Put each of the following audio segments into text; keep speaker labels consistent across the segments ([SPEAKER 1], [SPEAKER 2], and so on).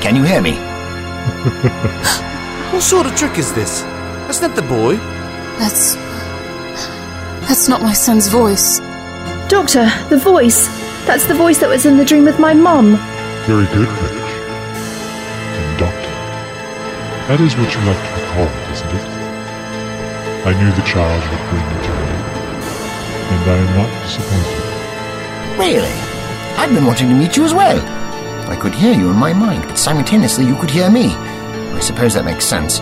[SPEAKER 1] Can you hear me?
[SPEAKER 2] What sort of trick is this? That's not the boy.
[SPEAKER 3] That's. That's not my son's voice.
[SPEAKER 4] Doctor, the voice. That's the voice that was in the dream with my mum.
[SPEAKER 5] Very good, Fetch. Conductor. That is what you like to be called, isn't it? I knew the child would bring you to me, and I am not disappointed.
[SPEAKER 1] Really? I've been wanting to meet you as well. I could hear you in my mind, but simultaneously you could hear me. I suppose that makes sense.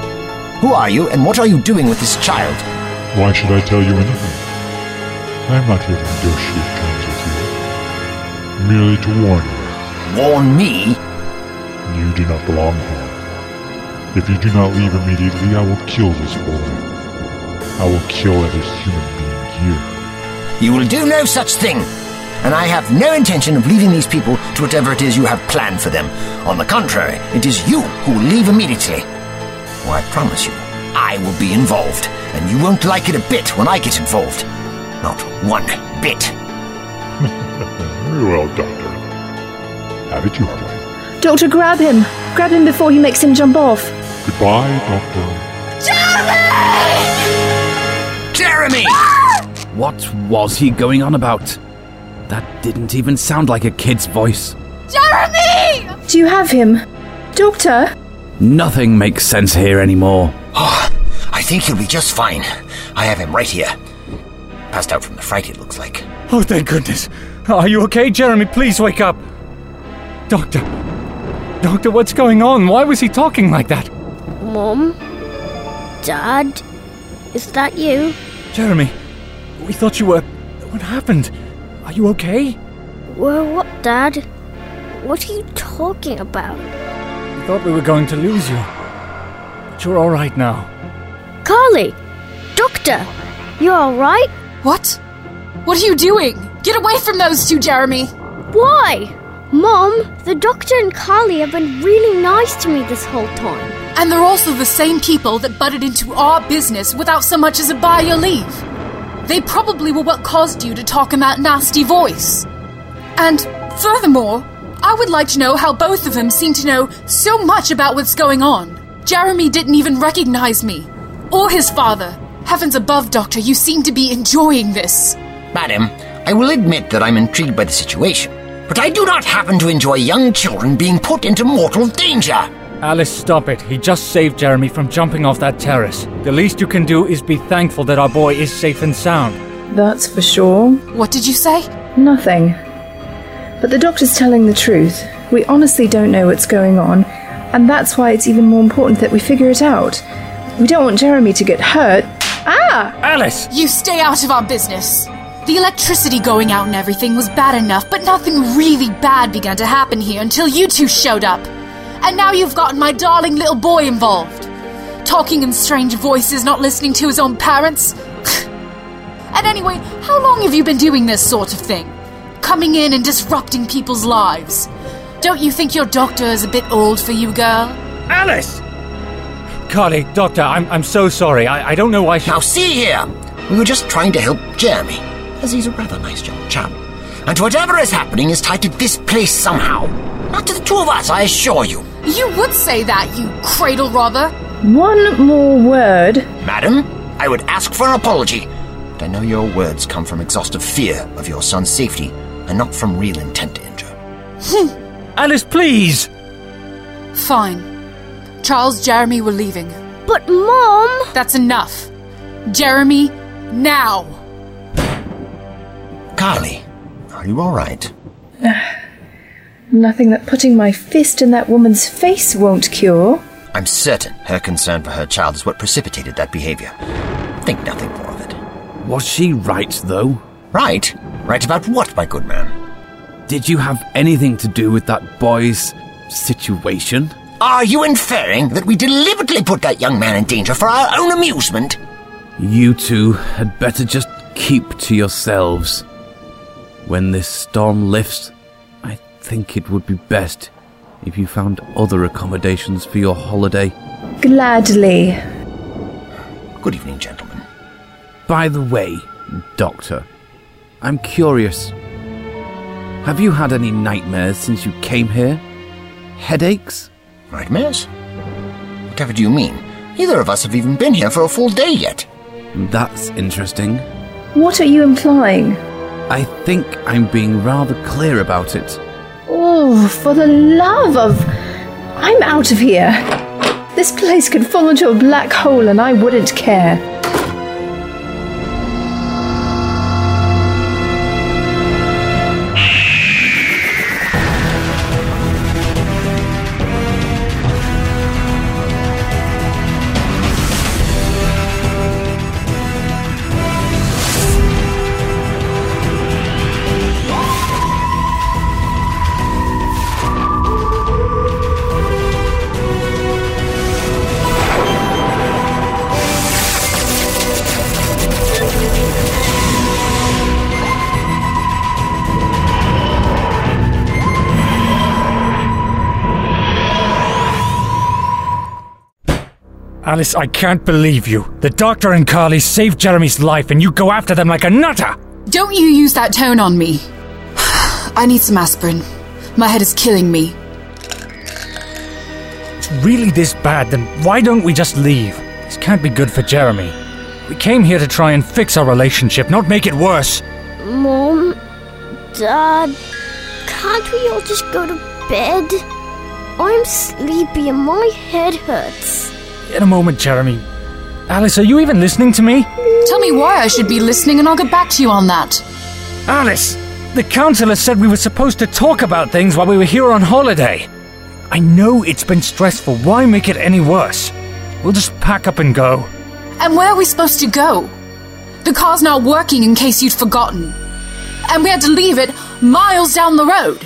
[SPEAKER 1] Who are you, and what are you doing with this child?
[SPEAKER 5] Why should I tell you anything? I am not here to negotiate terms with you. Merely to warn you,
[SPEAKER 1] Warn me?
[SPEAKER 5] you do not belong here. If you do not leave immediately, I will kill this boy. I will kill every human being here.
[SPEAKER 1] You will do no such thing. And I have no intention of leaving these people to whatever it is you have planned for them. On the contrary, it is you who will leave immediately. Well, I promise you, I will be involved, and you won't like it a bit when I get involved. Not one bit.
[SPEAKER 5] Very well, Doctor. Have it your way.
[SPEAKER 4] Doctor, grab him. Grab him before he makes him jump off.
[SPEAKER 5] Goodbye, Doctor.
[SPEAKER 1] Jeremy!
[SPEAKER 2] What was he going on about? That didn't even sound like a kid's voice.
[SPEAKER 4] Do you have him? Doctor?
[SPEAKER 2] Nothing makes sense here anymore.
[SPEAKER 1] Oh, I think he'll be just fine. I have him right here. Passed out from the fright, it looks like.
[SPEAKER 6] Oh, thank goodness. Are you okay, Jeremy? Please wake up. Doctor. Doctor, what's going on? Why was he talking like that?
[SPEAKER 7] Mom? Dad? Is that you?
[SPEAKER 6] Jeremy, we thought you were. What happened? Are you okay?
[SPEAKER 7] Well, what, Dad? What are you talking about?
[SPEAKER 6] We thought we were going to lose you. But you're alright now.
[SPEAKER 7] Carly! Doctor! You alright?
[SPEAKER 3] What? What are you doing? Get away from those two, Jeremy!
[SPEAKER 7] Why? Mom, the doctor and Carly have been really nice to me this whole time.
[SPEAKER 3] And they're also the same people that butted into our business without so much as a buy or leave. They probably were what caused you to talk in that nasty voice. And furthermore, I would like to know how both of them seem to know so much about what's going on. Jeremy didn't even recognize me, or his father. Heavens above, Doctor, you seem to be enjoying this.
[SPEAKER 1] Madam, I will admit that I'm intrigued by the situation, but I do not happen to enjoy young children being put into mortal danger.
[SPEAKER 6] Alice, stop it. He just saved Jeremy from jumping off that terrace. The least you can do is be thankful that our boy is safe and sound.
[SPEAKER 8] That's for sure.
[SPEAKER 3] What did you say?
[SPEAKER 8] Nothing. But the doctor's telling the truth. We honestly don't know what's going on, and that's why it's even more important that we figure it out. We don't want Jeremy to get hurt. Ah!
[SPEAKER 6] Alice!
[SPEAKER 3] You stay out of our business. The electricity going out and everything was bad enough, but nothing really bad began to happen here until you two showed up. And now you've gotten my darling little boy involved. Talking in strange voices, not listening to his own parents. and anyway, how long have you been doing this sort of thing? Coming in and disrupting people's lives. Don't you think your doctor is a bit old for you, girl?
[SPEAKER 6] Alice! Carly, Doctor, I'm, I'm so sorry. I, I don't know why she.
[SPEAKER 1] Now, see here! We were just trying to help Jeremy, as he's a rather nice young chap. And whatever is happening is tied to this place somehow. Not to the two of us, I assure you.
[SPEAKER 3] You would say that, you cradle robber.
[SPEAKER 8] One more word.
[SPEAKER 1] Madam, I would ask for an apology. But I know your words come from exhaustive fear of your son's safety, and not from real intent to injure.
[SPEAKER 6] Alice, please!
[SPEAKER 3] Fine. Charles, Jeremy, we're leaving.
[SPEAKER 7] But, Mom!
[SPEAKER 3] That's enough. Jeremy, now.
[SPEAKER 1] Carly, are you all right?
[SPEAKER 8] Nothing that putting my fist in that woman's face won't cure.
[SPEAKER 1] I'm certain her concern for her child is what precipitated that behavior. Think nothing more of it.
[SPEAKER 2] Was she right, though?
[SPEAKER 1] Right? Right about what, my good man?
[SPEAKER 2] Did you have anything to do with that boy's situation?
[SPEAKER 1] Are you inferring that we deliberately put that young man in danger for our own amusement?
[SPEAKER 2] You two had better just keep to yourselves. When this storm lifts, I think it would be best if you found other accommodations for your holiday.
[SPEAKER 8] Gladly.
[SPEAKER 1] Good evening, gentlemen.
[SPEAKER 2] By the way, Doctor, I'm curious. Have you had any nightmares since you came here? Headaches?
[SPEAKER 1] Nightmares? Whatever do you mean? Neither of us have even been here for a full day yet.
[SPEAKER 2] That's interesting.
[SPEAKER 8] What are you implying?
[SPEAKER 2] I think I'm being rather clear about it.
[SPEAKER 8] Oh, for the love of. I'm out of here. This place could fall into a black hole and I wouldn't care.
[SPEAKER 6] Alice, I can't believe you. The doctor and Carly saved Jeremy's life, and you go after them like a nutter!
[SPEAKER 3] Don't you use that tone on me. I need some aspirin. My head is killing me.
[SPEAKER 6] It's really this bad, then why don't we just leave? This can't be good for Jeremy. We came here to try and fix our relationship, not make it worse.
[SPEAKER 7] Mom, Dad, can't we all just go to bed? I'm sleepy and my head hurts.
[SPEAKER 6] In a moment, Jeremy. Alice, are you even listening to me?
[SPEAKER 3] Tell me why I should be listening, and I'll get back to you on that.
[SPEAKER 6] Alice! The counselor said we were supposed to talk about things while we were here on holiday. I know it's been stressful. Why make it any worse? We'll just pack up and go.
[SPEAKER 3] And where are we supposed to go? The car's not working in case you'd forgotten. And we had to leave it miles down the road.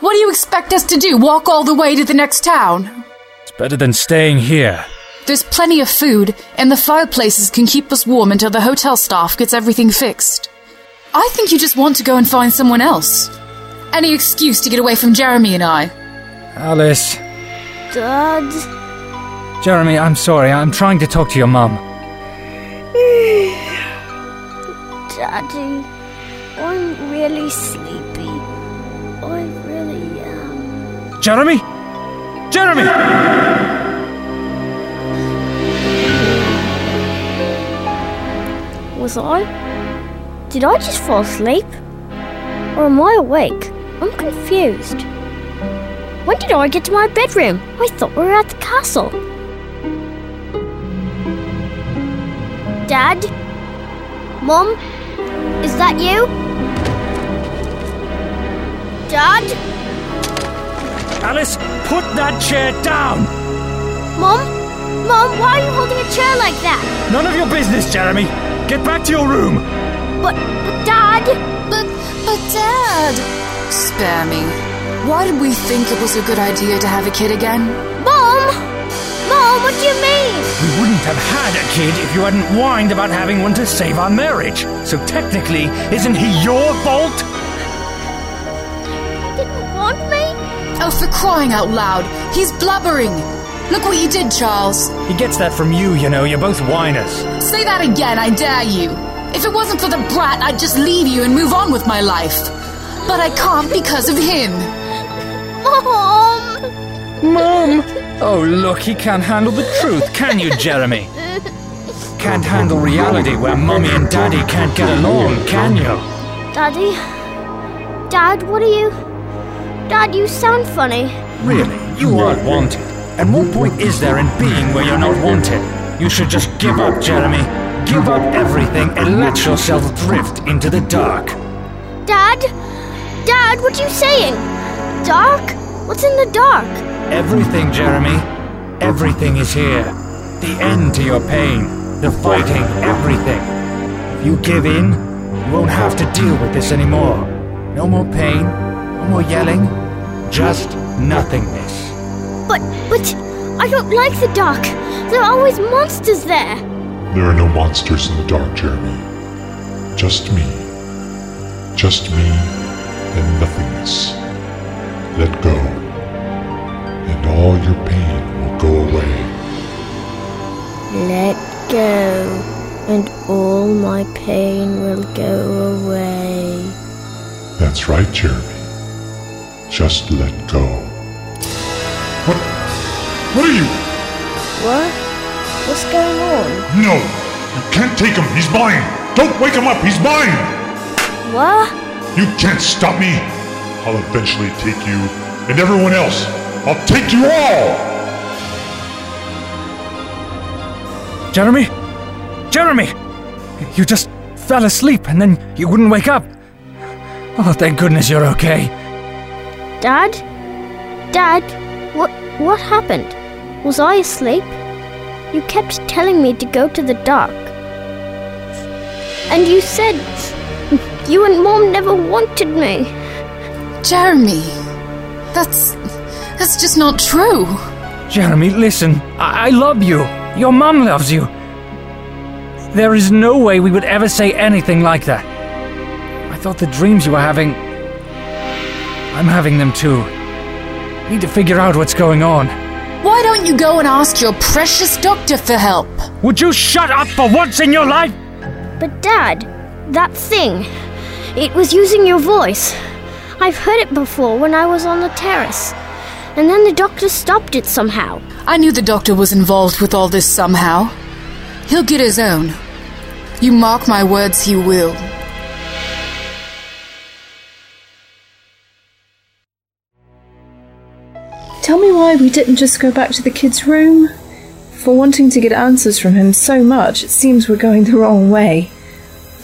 [SPEAKER 3] What do you expect us to do? Walk all the way to the next town?
[SPEAKER 6] It's better than staying here.
[SPEAKER 3] There's plenty of food, and the fireplaces can keep us warm until the hotel staff gets everything fixed. I think you just want to go and find someone else. Any excuse to get away from Jeremy and I.
[SPEAKER 6] Alice.
[SPEAKER 7] Dad,
[SPEAKER 6] Jeremy, I'm sorry. I'm trying to talk to your mum.
[SPEAKER 7] Daddy, I'm really sleepy. I really am.
[SPEAKER 6] Jeremy? Jeremy!
[SPEAKER 7] Was I? Did I just fall asleep? Or am I awake? I'm confused. When did I get to my bedroom? I thought we were at the castle. Dad? Mom? Is that you? Dad?
[SPEAKER 6] Alice, put that chair down!
[SPEAKER 7] Mom? Mom, why are you holding a chair like that?
[SPEAKER 6] None of your business, Jeremy! Get back to your room!
[SPEAKER 7] But, but Dad?
[SPEAKER 3] But, but Dad! Spare me. Why did we think it was a good idea to have a kid again?
[SPEAKER 7] Mom? Mom, what do you mean?
[SPEAKER 6] We wouldn't have had a kid if you hadn't whined about having one to save our marriage. So technically, isn't he your fault?
[SPEAKER 7] You didn't want me?
[SPEAKER 3] Oh, for crying out loud! He's blubbering! Look what you did, Charles!
[SPEAKER 6] He gets that from you, you know, you're both whiners.
[SPEAKER 3] Say that again, I dare you! If it wasn't for the brat, I'd just leave you and move on with my life. But I can't because of him.
[SPEAKER 7] Mom!
[SPEAKER 6] Mom! Oh, look, he can't handle the truth, can you, Jeremy? Can't handle reality where mommy and daddy can't get along, can you?
[SPEAKER 7] Daddy? Dad, what are you? Dad, you sound funny.
[SPEAKER 6] Really, you aren't wanted. And what point is there in being where you're not wanted? You should just give up, Jeremy. Give up everything and let yourself drift into the dark.
[SPEAKER 7] Dad? Dad, what are you saying? Dark? What's in the dark?
[SPEAKER 6] Everything, Jeremy. Everything is here. The end to your pain. The fighting, everything. If you give in, you won't have to deal with this anymore. No more pain, no more yelling, just nothingness.
[SPEAKER 7] But, but, I don't like the dark. There are always monsters there.
[SPEAKER 5] There are no monsters in the dark, Jeremy. Just me. Just me and nothingness. Let go. And all your pain will go away.
[SPEAKER 7] Let go, and all my pain will go away.
[SPEAKER 5] That's right, Jeremy. Just let go. What Were you?
[SPEAKER 7] What? What's going on?
[SPEAKER 5] No! You can't take him! He's blind! Don't wake him up! He's blind!
[SPEAKER 7] What?
[SPEAKER 5] You can't stop me! I'll eventually take you and everyone else! I'll take you all!
[SPEAKER 6] Jeremy? Jeremy! You just fell asleep and then you wouldn't wake up. Oh, thank goodness you're okay.
[SPEAKER 7] Dad? Dad? What what happened? Was I asleep? You kept telling me to go to the dark. And you said you and Mom never wanted me.
[SPEAKER 3] Jeremy, that's. that's just not true.
[SPEAKER 6] Jeremy, listen. I, I love you. Your mum loves you. There is no way we would ever say anything like that. I thought the dreams you were having. I'm having them too. Need to figure out what's going on.
[SPEAKER 3] Why don't you go and ask your precious doctor for help?
[SPEAKER 6] Would you shut up for once in your life?
[SPEAKER 7] But Dad, that thing. It was using your voice. I've heard it before when I was on the terrace. And then the doctor stopped it somehow.
[SPEAKER 3] I knew the doctor was involved with all this somehow. He'll get his own. You mark my words, he will.
[SPEAKER 8] Tell me why we didn't just go back to the kid's room? For wanting to get answers from him so much, it seems we're going the wrong way.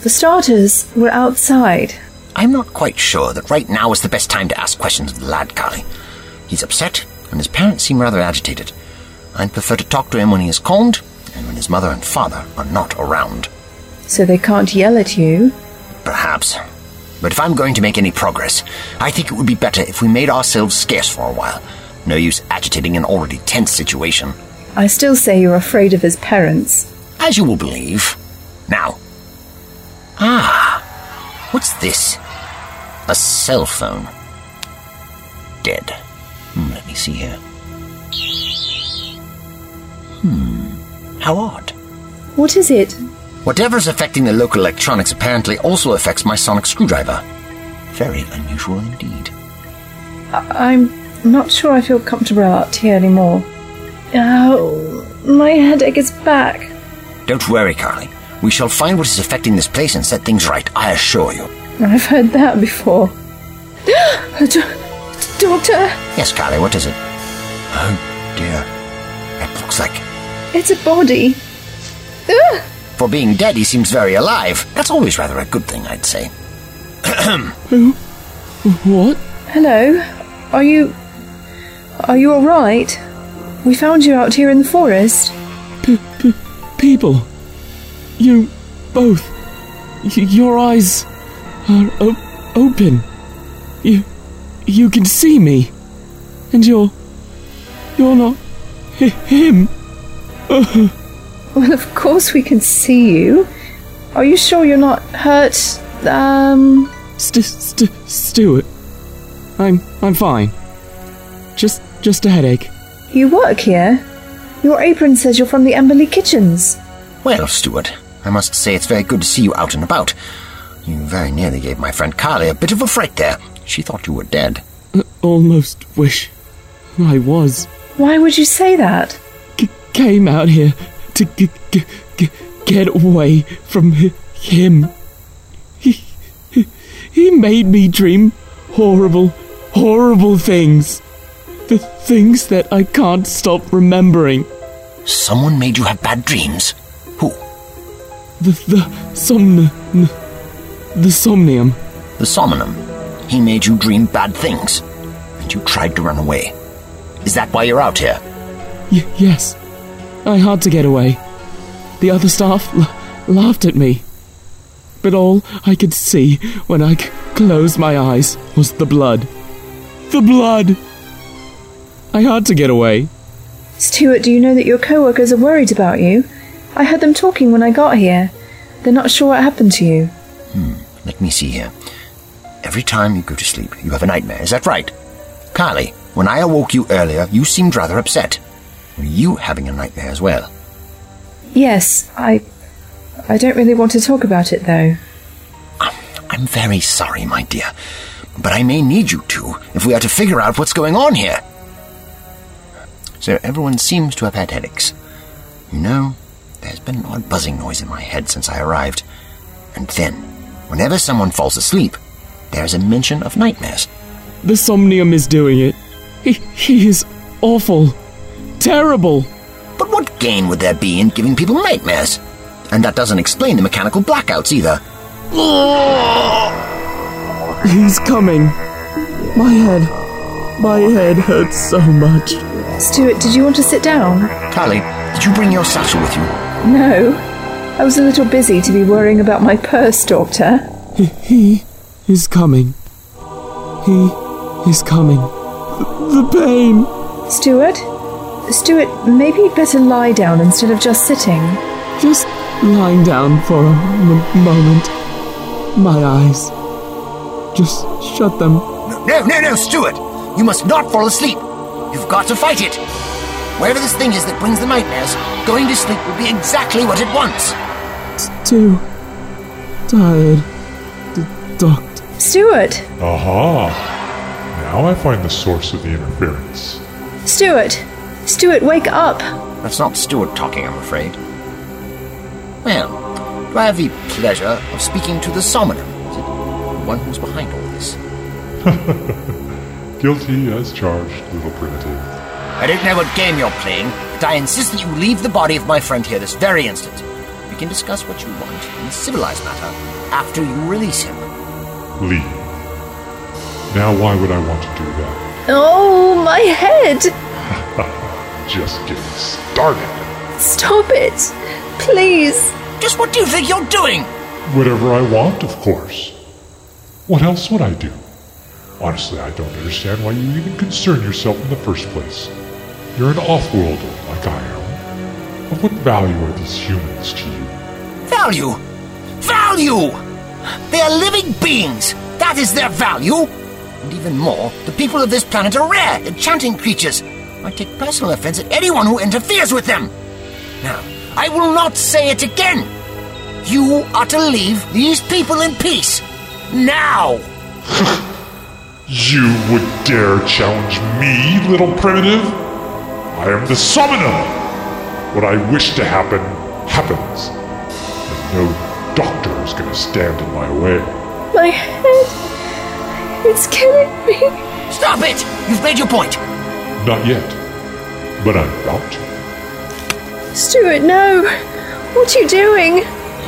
[SPEAKER 8] For starters, we're outside.
[SPEAKER 1] I'm not quite sure that right now is the best time to ask questions of the lad, Carly. He's upset, and his parents seem rather agitated. I'd prefer to talk to him when he is calmed, and when his mother and father are not around.
[SPEAKER 8] So they can't yell at you.
[SPEAKER 1] Perhaps. But if I'm going to make any progress, I think it would be better if we made ourselves scarce for a while. No use agitating an already tense situation.
[SPEAKER 8] I still say you're afraid of his parents.
[SPEAKER 1] As you will believe. Now. Ah. What's this? A cell phone. Dead. Hmm, let me see here. Hmm. Hmm. How odd.
[SPEAKER 8] What is it?
[SPEAKER 1] Whatever's affecting the local electronics apparently also affects my sonic screwdriver. Very unusual indeed.
[SPEAKER 8] I- I'm not sure I feel comfortable out here anymore. Oh, my headache is back.
[SPEAKER 1] Don't worry, Carly. We shall find what is affecting this place and set things right, I assure you.
[SPEAKER 8] I've heard that before. Do- Doctor,
[SPEAKER 1] Yes, Carly, what is it? Oh, dear. That looks like.
[SPEAKER 8] it's a body. Ugh!
[SPEAKER 1] For being dead, he seems very alive. That's always rather a good thing, I'd say.
[SPEAKER 8] Hello, are you. Are you alright? We found you out here in the forest.
[SPEAKER 9] people. You both. Y- your eyes are o- open. You you can see me, and you're you're not hi- him.
[SPEAKER 8] Well, of course we can see you. Are you sure you're not hurt? Um.
[SPEAKER 9] St- st- Stuart. I'm I'm fine. Just just a headache.
[SPEAKER 8] You work here? Your apron says you're from the Amberley Kitchens.
[SPEAKER 1] Well, Stuart, I must say it's very good to see you out and about. You very nearly gave my friend Carly a bit of a fright there. She thought you were dead.
[SPEAKER 9] I almost wish I was
[SPEAKER 8] Why would you say that?
[SPEAKER 9] c- came out here to g- g- g- get away from hi- him. He, he, he made me dream horrible, horrible things. The things that I can't stop remembering.
[SPEAKER 1] Someone made you have bad dreams. Who?
[SPEAKER 9] The, the somn. n- The somnium.
[SPEAKER 1] The Somnum. He made you dream bad things, and you tried to run away. Is that why you're out here?
[SPEAKER 9] Y- yes. I had to get away. The other staff l- laughed at me. But all I could see when I c- closed my eyes was the blood. The blood! I had to get away.
[SPEAKER 8] Stuart, do you know that your co workers are worried about you? I heard them talking when I got here. They're not sure what happened to you.
[SPEAKER 1] Let me see here. Every time you go to sleep, you have a nightmare. Is that right? Carly, when I awoke you earlier, you seemed rather upset. Were you having a nightmare as well?
[SPEAKER 8] Yes, I. I don't really want to talk about it though.
[SPEAKER 1] I'm very sorry, my dear, but I may need you to if we are to figure out what's going on here. so everyone seems to have had headaches. You know, there's been an odd buzzing noise in my head since I arrived. And then, whenever someone falls asleep, there's a mention of nightmares.
[SPEAKER 9] The Somnium is doing it. He, he is awful. Terrible.
[SPEAKER 1] But what gain would there be in giving people nightmares? And that doesn't explain the mechanical blackouts either.
[SPEAKER 9] He's coming. My head. My head hurts so much.
[SPEAKER 8] Stuart, did you want to sit down?
[SPEAKER 1] Tally, did you bring your satchel with you?
[SPEAKER 8] No. I was a little busy to be worrying about my purse, Doctor.
[SPEAKER 9] He, he is coming. He is coming. The, the pain.
[SPEAKER 8] Stuart? Stuart, maybe you'd better lie down instead of just sitting.
[SPEAKER 9] Just lying down for a m- moment. My eyes. Just shut them.
[SPEAKER 1] No, no, no, Stuart! You must not fall asleep! You've got to fight it! Wherever this thing is that brings the nightmares, going to sleep will be exactly what it wants!
[SPEAKER 9] It's too tired. D- doctor.
[SPEAKER 8] Stuart!
[SPEAKER 5] Aha! Now I find the source of the interference.
[SPEAKER 8] Stuart! Stuart, wake up!
[SPEAKER 1] That's not Stuart talking, I'm afraid. Well, do I have the pleasure of speaking to the Somnum? Is it the one who's behind all this?
[SPEAKER 5] Guilty as charged, little primitive.
[SPEAKER 1] I don't know what game you're playing, but I insist that you leave the body of my friend here this very instant. We can discuss what you want in a civilized manner after you release him.
[SPEAKER 5] Leave. Now, why would I want to do that?
[SPEAKER 8] Oh, my head!
[SPEAKER 5] Just getting started.
[SPEAKER 8] Stop it! Please!
[SPEAKER 1] Just what do you think you're doing?
[SPEAKER 5] Whatever I want, of course. What else would I do? Honestly, I don't understand why you even concern yourself in the first place. You're an off-worlder like I am. Of what value are these humans to you?
[SPEAKER 1] Value! Value! They are living beings! That is their value! And even more, the people of this planet are rare, enchanting creatures. I take personal offense at anyone who interferes with them! Now, I will not say it again! You are to leave these people in peace! Now!
[SPEAKER 5] You would dare challenge me, little primitive? I am the summoner! What I wish to happen, happens. And no doctor is gonna stand in my way.
[SPEAKER 8] My head! It's killing me!
[SPEAKER 1] Stop it! You've made your point!
[SPEAKER 5] Not yet. But I'm about to.
[SPEAKER 8] Stuart, no! What are you doing?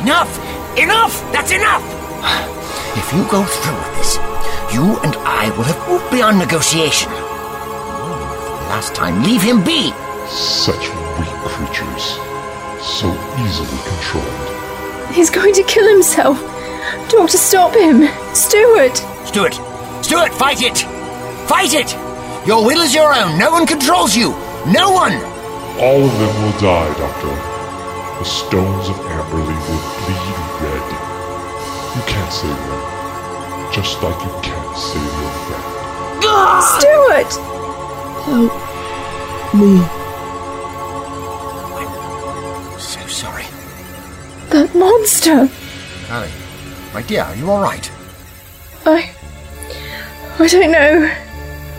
[SPEAKER 1] Enough! Enough! That's enough! If you go through with this, you and I will have moved beyond negotiation. For the last time, leave him be!
[SPEAKER 5] Such weak creatures. So easily controlled.
[SPEAKER 8] He's going to kill himself! Doctor, stop him! Stuart!
[SPEAKER 1] Stuart! Stuart, fight it! Fight it! Your will is your own. No one controls you! No one!
[SPEAKER 5] All of them will die, Doctor. The stones of Amberley will bleed red. You can't save them. Just like you can't save your friend.
[SPEAKER 8] Stuart!
[SPEAKER 9] Help me.
[SPEAKER 1] So sorry.
[SPEAKER 8] That monster!
[SPEAKER 1] Harry, my dear, are you alright?
[SPEAKER 8] I. I don't know.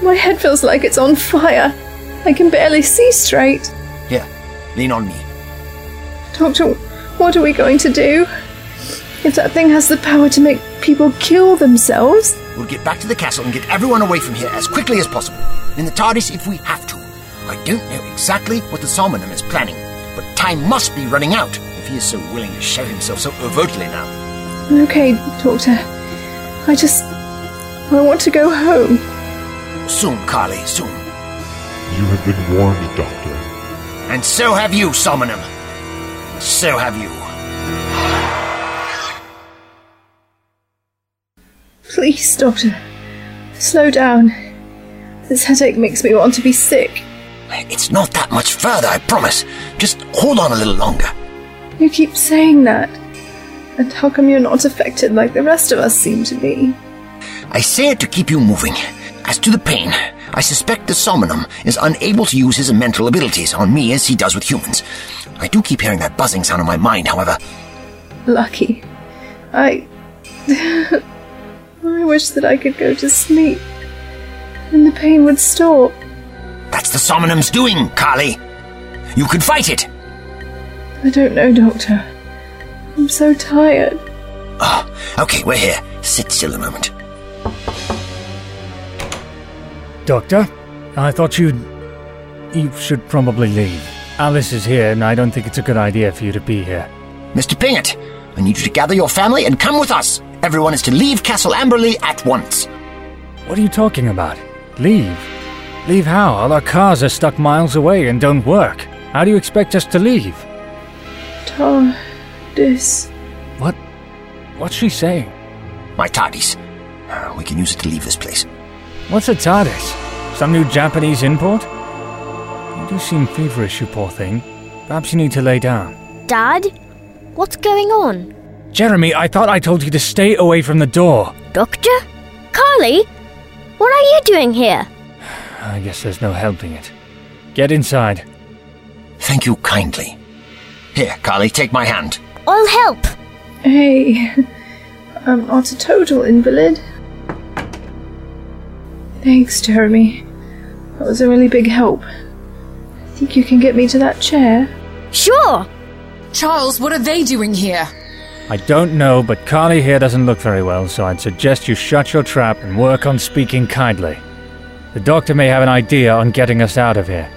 [SPEAKER 8] My head feels like it's on fire. I can barely see straight.
[SPEAKER 1] Here, lean on me.
[SPEAKER 8] Doctor, what are we going to do? If that thing has the power to make people kill themselves,
[SPEAKER 1] We'll get back to the castle and get everyone away from here as quickly as possible. In the TARDIS if we have to. I don't know exactly what the Somnium is planning, but time must be running out if he is so willing to show himself so overtly now.
[SPEAKER 8] Okay, Doctor. I just. I want to go home.
[SPEAKER 1] Soon, Carly, soon.
[SPEAKER 5] You have been warned, Doctor.
[SPEAKER 1] And so have you, Somnium. So have you.
[SPEAKER 8] Please, Doctor. Slow down. This headache makes me want to be sick.
[SPEAKER 1] It's not that much further, I promise. Just hold on a little longer.
[SPEAKER 8] You keep saying that. And how come you're not affected like the rest of us seem to be?
[SPEAKER 1] I say it to keep you moving. As to the pain, I suspect the Somnium is unable to use his mental abilities on me as he does with humans. I do keep hearing that buzzing sound in my mind, however.
[SPEAKER 8] Lucky. I. I wish that I could go to sleep. And the pain would stop.
[SPEAKER 1] That's the Somnum's doing, Carly. You can fight it.
[SPEAKER 8] I don't know, Doctor. I'm so tired.
[SPEAKER 1] Ah, Okay, we're here. Sit still a moment.
[SPEAKER 9] Doctor, I thought you'd. You should probably leave. Alice is here, and I don't think it's a good idea for you to be here.
[SPEAKER 1] Mr. Pingett, I need you to gather your family and come with us. Everyone is to leave Castle Amberley at once.
[SPEAKER 9] What are you talking about? Leave? Leave how? All our cars are stuck miles away and don't work. How do you expect us to leave?
[SPEAKER 8] Tardis.
[SPEAKER 9] What? What's she saying?
[SPEAKER 1] My tardies. Uh, We can use it to leave this place.
[SPEAKER 9] What's a TARDIS? Some new Japanese import? You do seem feverish, you poor thing. Perhaps you need to lay down.
[SPEAKER 7] Dad, what's going on?
[SPEAKER 9] Jeremy, I thought I told you to stay away from the door.
[SPEAKER 7] Doctor? Carly? What are you doing here?
[SPEAKER 9] I guess there's no helping it. Get inside.
[SPEAKER 1] Thank you kindly. Here, Carly, take my hand.
[SPEAKER 7] I'll help.
[SPEAKER 8] Hey, I'm not a total invalid. Thanks, Jeremy. That was a really big help. Think you can get me to that chair?
[SPEAKER 7] Sure.
[SPEAKER 3] Charles, what are they doing here?
[SPEAKER 9] I don't know, but Carly here doesn't look very well, so I'd suggest you shut your trap and work on speaking kindly. The doctor may have an idea on getting us out of here.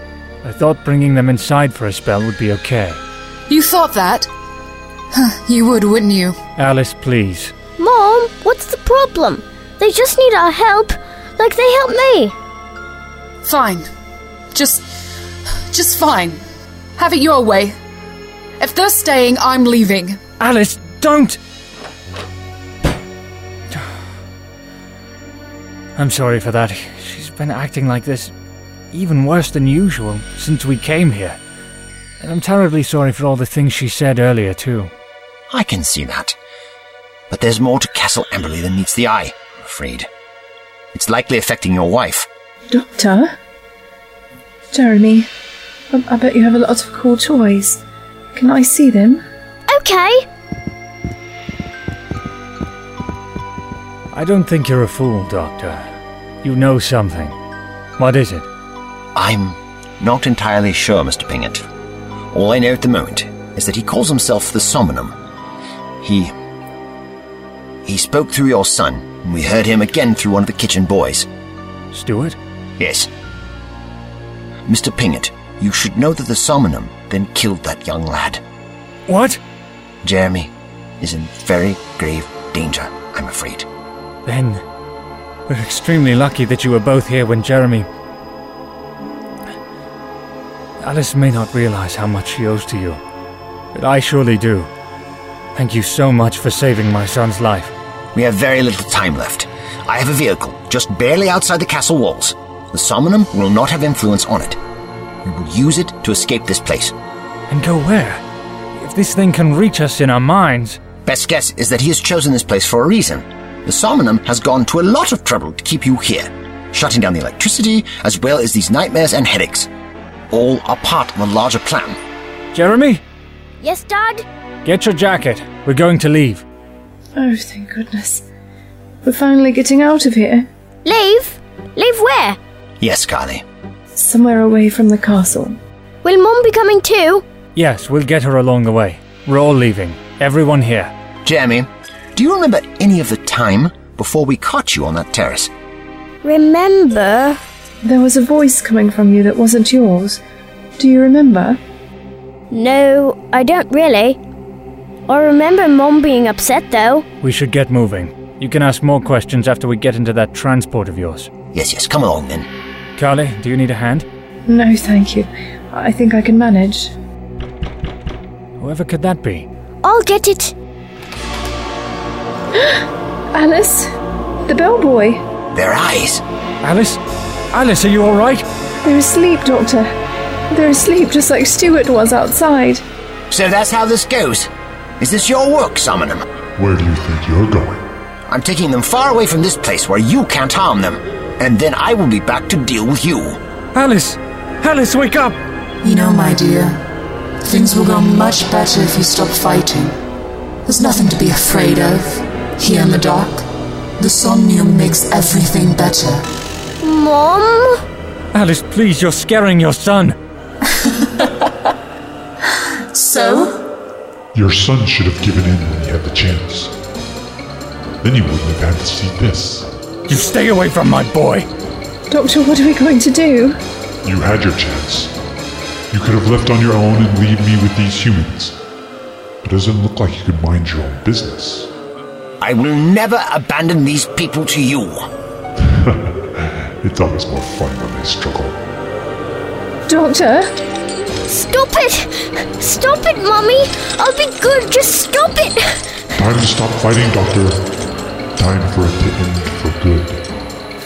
[SPEAKER 9] I thought bringing them inside for a spell would be okay.
[SPEAKER 3] You thought that? Huh, you would, wouldn't you?
[SPEAKER 9] Alice, please.
[SPEAKER 7] Mom, what's the problem? They just need our help, like they helped me.
[SPEAKER 3] Fine. Just. just fine. Have it your way. If they're staying, I'm leaving.
[SPEAKER 9] Alice, don't! I'm sorry for that. She's been acting like this, even worse than usual, since we came here. And I'm terribly sorry for all the things she said earlier, too.
[SPEAKER 1] I can see that. But there's more to Castle Amberley than meets the eye, I'm afraid. It's likely affecting your wife.
[SPEAKER 8] Doctor? Jeremy, um, I, I bet you have a lot of cool toys. Can I see them?
[SPEAKER 7] Okay.
[SPEAKER 9] I don't think you're a fool, Doctor. You know something. What is it?
[SPEAKER 1] I'm not entirely sure, Mr. Pingett. All I know at the moment is that he calls himself the Somnum. He. He spoke through your son, and we heard him again through one of the kitchen boys.
[SPEAKER 9] Stuart?
[SPEAKER 1] Yes. Mr. Pingett, you should know that the Somnum then killed that young lad.
[SPEAKER 9] What?
[SPEAKER 1] Jeremy is in very grave danger, I'm afraid.
[SPEAKER 9] Then, we're extremely lucky that you were both here when Jeremy. Alice may not realize how much she owes to you, but I surely do. Thank you so much for saving my son's life.
[SPEAKER 1] We have very little time left. I have a vehicle just barely outside the castle walls. The Somnum will not have influence on it. We will use it to escape this place.
[SPEAKER 9] And go where? If this thing can reach us in our minds,
[SPEAKER 1] Best guess is that he has chosen this place for a reason. The Somnum has gone to a lot of trouble to keep you here, shutting down the electricity as well as these nightmares and headaches. All are part of a larger plan.
[SPEAKER 9] Jeremy,
[SPEAKER 7] Yes, Dad?
[SPEAKER 9] get your jacket. We're going to leave.
[SPEAKER 8] Oh, thank goodness. We're finally getting out of here.
[SPEAKER 7] Leave? Leave where?
[SPEAKER 1] Yes, Carly.
[SPEAKER 8] Somewhere away from the castle.
[SPEAKER 7] Will Mom be coming too?
[SPEAKER 9] Yes, we'll get her along the way. We're all leaving. Everyone here.
[SPEAKER 1] Jeremy, do you remember any of the time before we caught you on that terrace?
[SPEAKER 7] Remember?
[SPEAKER 8] There was a voice coming from you that wasn't yours. Do you remember?
[SPEAKER 7] No, I don't really. I remember Mom being upset though.
[SPEAKER 9] We should get moving. You can ask more questions after we get into that transport of yours.
[SPEAKER 1] Yes, yes, come along then.
[SPEAKER 9] Carly, do you need a hand?
[SPEAKER 8] No, thank you. I think I can manage.
[SPEAKER 9] Whoever could that be?
[SPEAKER 7] I'll get it.
[SPEAKER 8] Alice? The bellboy?
[SPEAKER 1] Their eyes.
[SPEAKER 9] Alice? Alice, are you alright?
[SPEAKER 8] They're asleep, Doctor. They're asleep just like Stuart was outside.
[SPEAKER 1] So that's how this goes. Is this your work, Somnum?
[SPEAKER 5] Where do you think you're going?
[SPEAKER 1] I'm taking them far away from this place where you can't harm them, and then I will be back to deal with you.
[SPEAKER 9] Alice! Alice, wake up!
[SPEAKER 10] You know, my dear, things will go much better if you stop fighting. There's nothing to be afraid of. Here in the dark, the somnium makes everything better.
[SPEAKER 7] Mom?
[SPEAKER 6] Alice, please, you're scaring your son.
[SPEAKER 11] So?
[SPEAKER 5] Your son should have given in when he had the chance. Then he wouldn't have had to see this.
[SPEAKER 6] You stay away from my boy!
[SPEAKER 8] Doctor, what are we going to do?
[SPEAKER 5] You had your chance. You could have left on your own and leave me with these humans. But it doesn't look like you could mind your own business.
[SPEAKER 1] I will never abandon these people to you.
[SPEAKER 5] It's always more fun when they struggle.
[SPEAKER 8] Doctor?
[SPEAKER 7] Stop it! Stop it, Mummy! I'll be good, just stop it!
[SPEAKER 5] Time to stop fighting, Doctor. Time for it to end for good.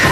[SPEAKER 8] Doctor!